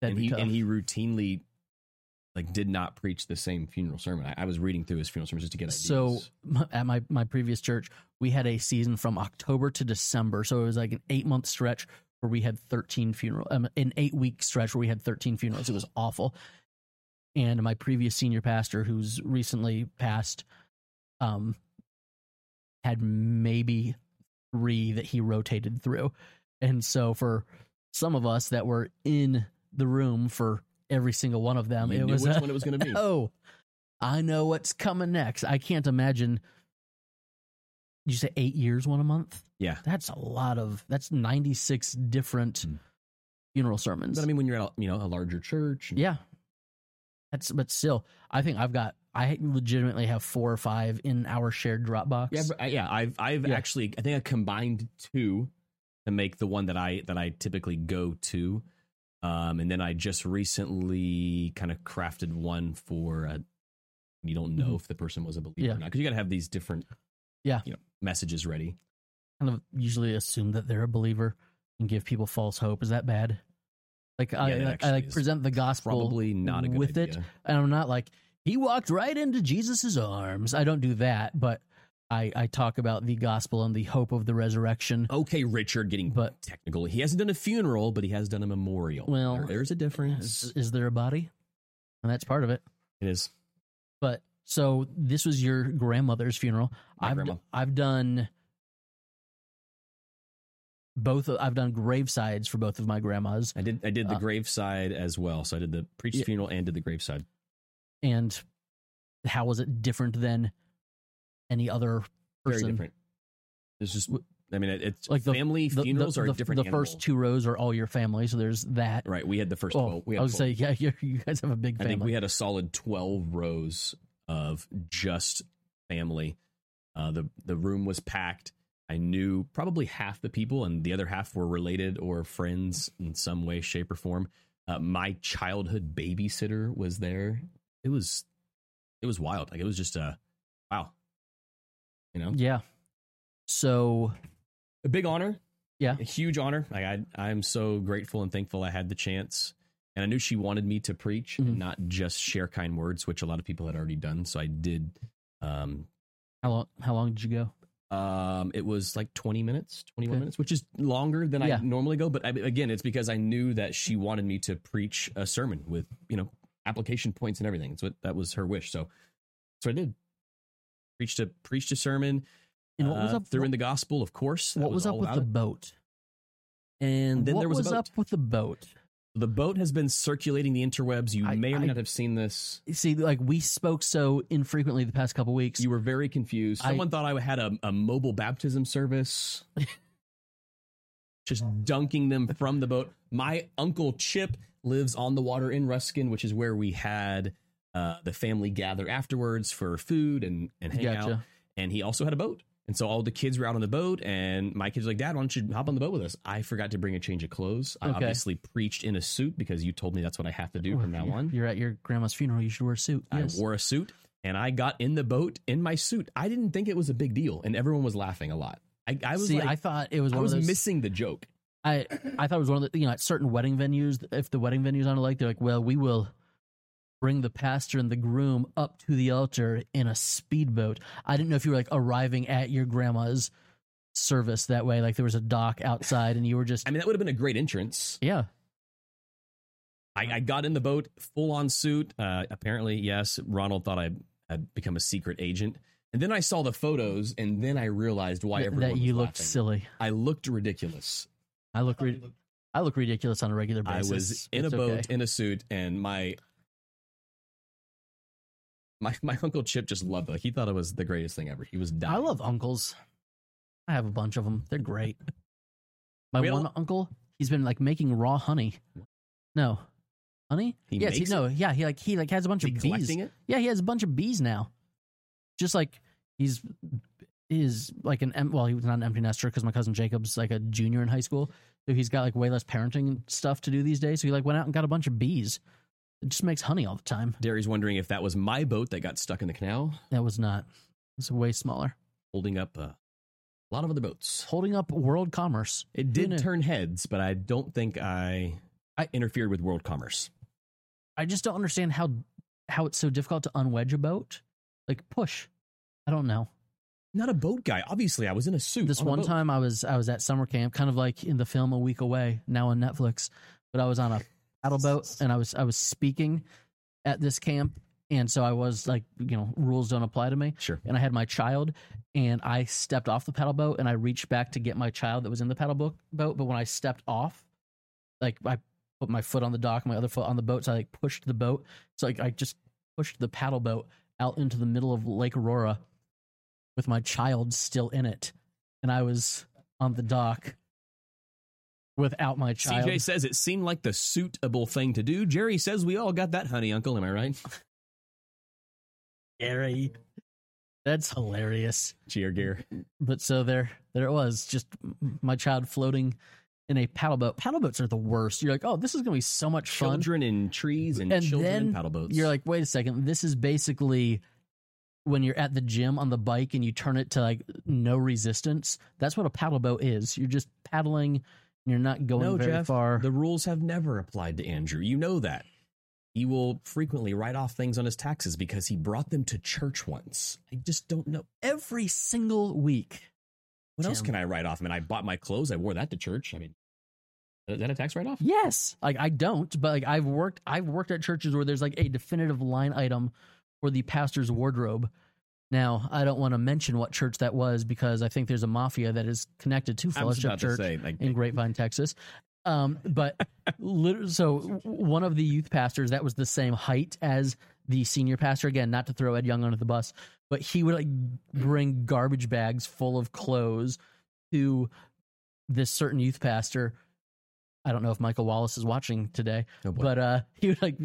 S1: that'd
S2: and
S1: be
S2: he
S1: tough.
S2: and he routinely like did not preach the same funeral sermon. I, I was reading through his funeral sermons just to get ideas.
S1: so m- at my my previous church, we had a season from October to December, so it was like an eight month stretch where we had thirteen funeral, um, an eight week stretch where we had thirteen funerals. It was awful. And my previous senior pastor, who's recently passed, um, had maybe three that he rotated through, and so for some of us that were in the room for every single one of them,
S2: You
S1: um, it
S2: knew
S1: was
S2: which
S1: a-
S2: one it was going to be.
S1: oh, I know what's coming next. I can't imagine. You say eight years, one a month.
S2: Yeah.
S1: that's a lot of. That's ninety six different
S2: Mm.
S1: funeral sermons.
S2: But I mean, when you're at a, you know a larger church,
S1: yeah, that's but still, I think I've got. I legitimately have four or five in our shared Dropbox.
S2: yeah, but I- yeah. I've I've
S1: Yeah.
S2: actually I think I combined two to make the one that I that I typically go to, um, and then I just recently kind of crafted one for uh you don't know
S1: Mhm.
S2: if the person was a believer
S1: Yeah.
S2: or not because you got to have these different
S1: Yeah.
S2: you know messages ready.
S1: kind of usually assume that they're a believer and give people false hope. Is that bad? Like I,
S2: that
S1: like, I
S2: actually
S1: like
S2: is
S1: present the gospel
S2: Probably not a good
S1: with it.
S2: idea.
S1: and I'm not like he walked right into Jesus's arms. I don't do that, but I I talk about the gospel and the hope of the resurrection.
S2: Okay, Richard, getting
S1: But-
S2: technical. He hasn't done a funeral, but he has done a memorial.
S1: Well,
S2: There- there's a
S1: Is,
S2: difference.
S1: is there a body? And that's part of it.
S2: It is.
S1: But so this was your grandmother's funeral.
S2: My
S1: I've
S2: grandma.
S1: d- I've done both. Of, I've done gravesides for both of my grandmas,
S2: I did. I did the
S1: Uh,
S2: graveside as well. So I did the preached
S1: Yeah.
S2: funeral and did the graveside.
S1: and how was it different than any other person?
S2: Very different. It's just. I mean, it- it's
S1: Like
S2: like
S1: the-
S2: family
S1: The,
S2: funerals
S1: the,
S2: are
S1: the,
S2: a different.
S1: the first
S2: animal.
S1: two rows are all your family, so there's that.
S2: Right. We had the first.
S1: Oh,
S2: twelve. We
S1: I
S2: had
S1: would
S2: 12.
S1: say, yeah, you're, you guys have a big
S2: I think we
S1: family.
S2: had a solid twelve rows of just family. Uh, the the room was packed. I knew probably half the people, and the other half were related or friends in some way, shape, or form. Uh, my childhood babysitter was there. It was it was wild. Like it was just a wow. You know,
S1: yeah. So
S2: a big honor.
S1: Yeah.
S2: a huge honor. Like I I'm so grateful and thankful I had the chance. And I knew she wanted me to preach
S1: Mhm.
S2: and not just share kind words, which a lot of people had already done. So I did. Um,
S1: how long? How long did you go?
S2: um, it was like 20 minutes, 21
S1: Okay.
S2: minutes, which is longer than
S1: Yeah.
S2: I normally go. But I, again, it's because I knew that she wanted me to preach a sermon with you know application points and everything. It's what that was her wish. So, so I did. Preached a preached a sermon.
S1: And what was
S2: uh,
S1: up?
S2: through
S1: What,
S2: in the gospel, of course. That
S1: what was, up
S2: all
S1: with
S2: about
S1: the
S2: it.
S1: boat?
S2: And then
S1: what
S2: there was, a boat.
S1: up with the boat?
S2: The boat has been circulating the interwebs. You
S1: I-
S2: may or may
S1: I-
S2: not have seen this.
S1: See, like we spoke so infrequently the past couple weeks.
S2: You were very confused.
S1: I-
S2: Someone thought I had a, a mobile baptism service, just dunking them from the boat. My uncle Chip lives on the water in Ruskin, which is where we had uh, the family gather afterwards for food and, and hang out.
S1: gotcha.
S2: and he also had a boat. And so all the kids were out on the boat, and my kids were like, Dad, why don't you hop on the boat with us? I forgot to bring a change of clothes. I
S1: Okay.
S2: obviously preached in a suit because you told me that's what I have to do from now on.
S1: You're at your grandma's funeral. You should wear a suit. Yes.
S2: I wore a suit, and I got in the boat in my suit. I didn't think it was a big deal, and everyone was laughing a lot. I, I was
S1: See,
S2: like,
S1: I thought it was
S2: I
S1: one
S2: was
S1: of those.
S2: missing the joke.
S1: I I thought it was one of the you know at certain wedding venues. If the wedding venue's on a lake, they're like, well, we will bring the pastor and the groom up to the altar in a speedboat. I didn't know if you were like arriving at your grandma's service that way. Like there was a dock outside, and you were just
S2: I mean, that would have been a great entrance.
S1: yeah.
S2: I, I got in the boat, full on suit. Uh, apparently, yes, Ronald thought I had become a secret agent. And then I saw the photos, and then I realized why
S1: th-
S2: everyone
S1: that you
S2: was
S1: looked
S2: laughing.
S1: silly.
S2: I looked ridiculous.
S1: I look rid I look ridiculous on a regular
S2: I
S1: basis.
S2: was in a
S1: It's
S2: boat,
S1: okay.
S2: in a suit, and my my my uncle Chip just loved it. He thought it was the greatest thing ever. He was dying.
S1: I love uncles. I have a bunch of them. They're great. My
S2: We had a
S1: one uncle, he's been like making raw honey. No, honey?
S2: He
S1: yes, he,
S2: makes
S1: no, yeah. He like he like has a bunch
S2: Is he
S1: of bees.
S2: collecting it.
S1: Yeah, he has a bunch of bees now. Just like he's he is like an em- well, he was not an empty nester because my cousin Jacob's like a junior in high school, so he's got like way less parenting stuff to do these days. So he like went out and got a bunch of bees. It just makes honey all the time.
S2: Derry's wondering if that was my boat that got stuck in the canal,
S1: That was not. It's way smaller.
S2: holding up a lot of other boats.
S1: Holding up world commerce.
S2: It did
S1: knew?
S2: turn heads, but I don't think I I interfered with world commerce.
S1: I just don't understand how how it's so difficult to unwedge a boat. Like push. I don't know.
S2: Not a boat guy. Obviously, I was in a suit.
S1: This
S2: on a
S1: one
S2: boat.
S1: time I was I was at summer camp, kind of like in the film A Week Away, now on Netflix, but I was on a paddle boat and I was I was speaking at this camp and so I was like, you know, rules don't apply to me.
S2: Sure.
S1: and I had my child, and I stepped off the paddle boat and I reached back to get my child that was in the paddle boat. boat but when I stepped off, like I put my foot on the dock, my other foot on the boat, so I like pushed the boat. So like I just pushed the paddle boat out into the middle of Lake Aurora with my child still in it, and I was on the dock without my child.
S2: CJ says it seemed like the suitable thing to do. Jerry says we all got that honey, Uncle. Am I right?
S1: Scary. That's hilarious.
S2: Cheer gear.
S1: but so there there it was just m- my child floating in a paddle boat paddle boats are the worst you're like oh this is gonna be so much fun
S2: Children in trees and,
S1: And
S2: children in
S1: then
S2: paddle boats.
S1: you're like wait a second this is basically when you're at the gym on the bike and you turn it to like no resistance that's what a paddle boat is you're just paddling and you're not going
S2: no,
S1: very
S2: Jeff.
S1: far
S2: The rules have never applied to Andrew. You know that. He will frequently write off things on his taxes because he brought them to church once. I just don't know.
S1: every single week
S2: What else
S1: Tim.
S2: can I write off? I mean, I bought my clothes. I wore that to church. I mean, is that a tax write off?
S1: Yes. Like I don't, but like I've worked I've worked at churches where there's like a definitive line item for the pastor's wardrobe. Now, I don't want to mention what church that was because I think there's a mafia that is connected to
S2: I was
S1: Fellowship
S2: about to
S1: Church
S2: say, like,
S1: in Grapevine, Texas. Um, but literally, so w- one of the youth pastors that was the same height as the senior pastor. Again, not to throw Ed Young under the bus, but he would like bring garbage bags full of clothes to this certain youth pastor. I don't know if Michael Wallace is watching today,
S2: oh boy.
S1: but uh, he would like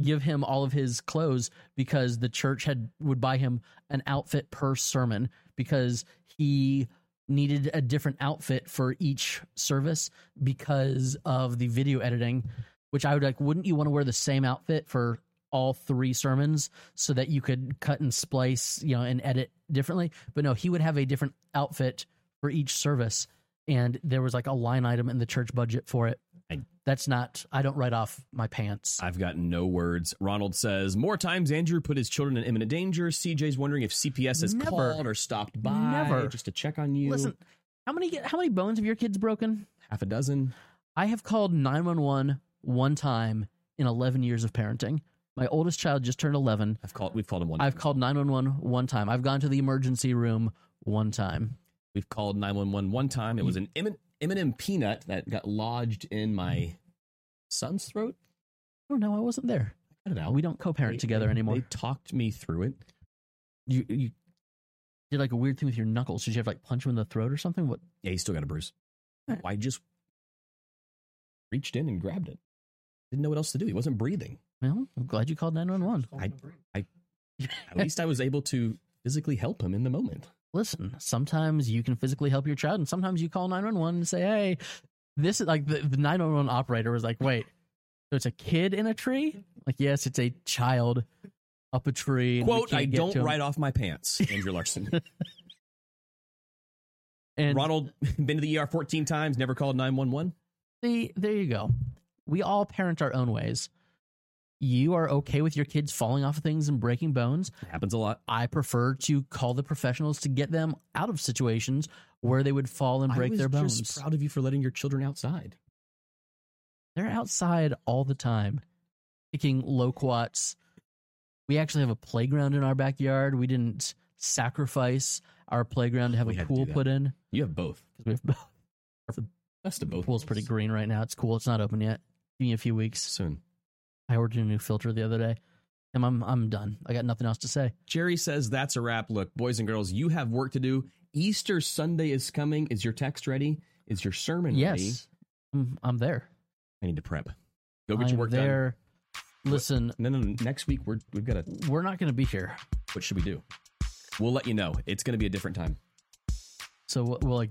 S1: give him all of his clothes because the church had would buy him an outfit per sermon because he needed a different outfit for each service because of the video editing which i would like wouldn't you want to wear the same outfit for all three sermons so that you could cut and splice you know and edit differently but no he would have a different outfit for each service and there was like a line item in the church budget for it
S2: I-
S1: that's not i don't write off my pants
S2: I've got no words. Ronald says more times Andrew put his children in imminent danger. CJ's wondering if CPS has
S1: Never.
S2: called or stopped by
S1: Never.
S2: just to check on you.
S1: listen how many how many bones have your kids broken
S2: half a dozen.
S1: I have called 911 one time in 11 years of parenting. My oldest child just turned 11.
S2: I've called. We've called him one.
S1: I've called 911 one time. I've gone to the emergency room one time.
S2: We've called 911 one time. It was an M and M peanut that got lodged in my son's throat.
S1: Oh no, I wasn't there.
S2: I don't know.
S1: Uh, We don't co-parent
S2: They-
S1: together
S2: they-
S1: anymore.
S2: They talked me through it.
S1: you you did like a weird thing with your knuckles. Did you have to, like punch him in the throat or something? What?
S2: Yeah, he's still got a bruise.
S1: Alright.
S2: I just reached in and grabbed it. Didn't know what else to do. He wasn't breathing.
S1: Well, I'm glad you called 911.
S2: I, I, at least I was able to physically help him in the moment.
S1: Listen, sometimes you can physically help your child, and sometimes you call 911 and say, "Hey, this is like the, the 911 operator was like, wait, so it's a kid in a tree? Like, yes, it's a child up a tree. and we
S2: Quote,
S1: can't
S2: I
S1: get
S2: don't
S1: to him."
S2: write off my pants, Andrew Larson.
S1: And
S2: Ronald, been to the ER 14 times, never called 911.
S1: see, there you go. We all parent our own ways. You are okay with your kids falling off of things and breaking bones.
S2: Happens a lot.
S1: I prefer to call the professionals to get them out of situations where they would fall and
S2: I
S1: break
S2: was
S1: their bones.
S2: just proud of you for letting your children outside.
S1: They're outside all the time, kicking loquats. We actually have a playground in our backyard. We didn't sacrifice our playground to have
S2: We
S1: a
S2: had to do
S1: pool
S2: that.
S1: put in
S2: You have both.
S1: because we have both.
S2: Best of
S1: The
S2: both.
S1: pool's pretty
S2: worlds.
S1: green right now. It's cool. It's not open yet. Give me a few weeks.
S2: Soon.
S1: I ordered a new filter the other day, and I'm I'm done. I got nothing else to say.
S2: Jerry says that's a wrap. Look, boys and girls, you have work to do. Easter Sunday is coming. Is your text ready? Is your sermon ready?
S1: Yes, I'm, I'm there.
S2: I need to prep. Go get
S1: I'm
S2: your work done.
S1: there. Listen,
S2: No, no, no. Next week we're we've got a.
S1: we're not going to be here,
S2: What should we do? We'll let you know. It's going to be a different time.
S1: so we'll, we'll like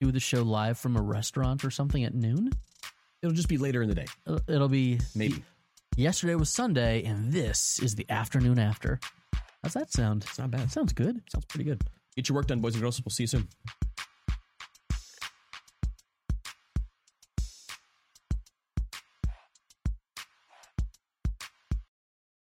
S1: do the show live from a restaurant or something at noon. Uh,
S2: It'll just be later in the day,
S1: It'll- It'll be
S2: maybe.
S1: Yesterday was Sunday, and this is the afternoon after. How's that sound?
S2: It's not bad.
S1: Sounds good.
S2: Sounds pretty good. Get your work done, boys and girls. We'll see you soon.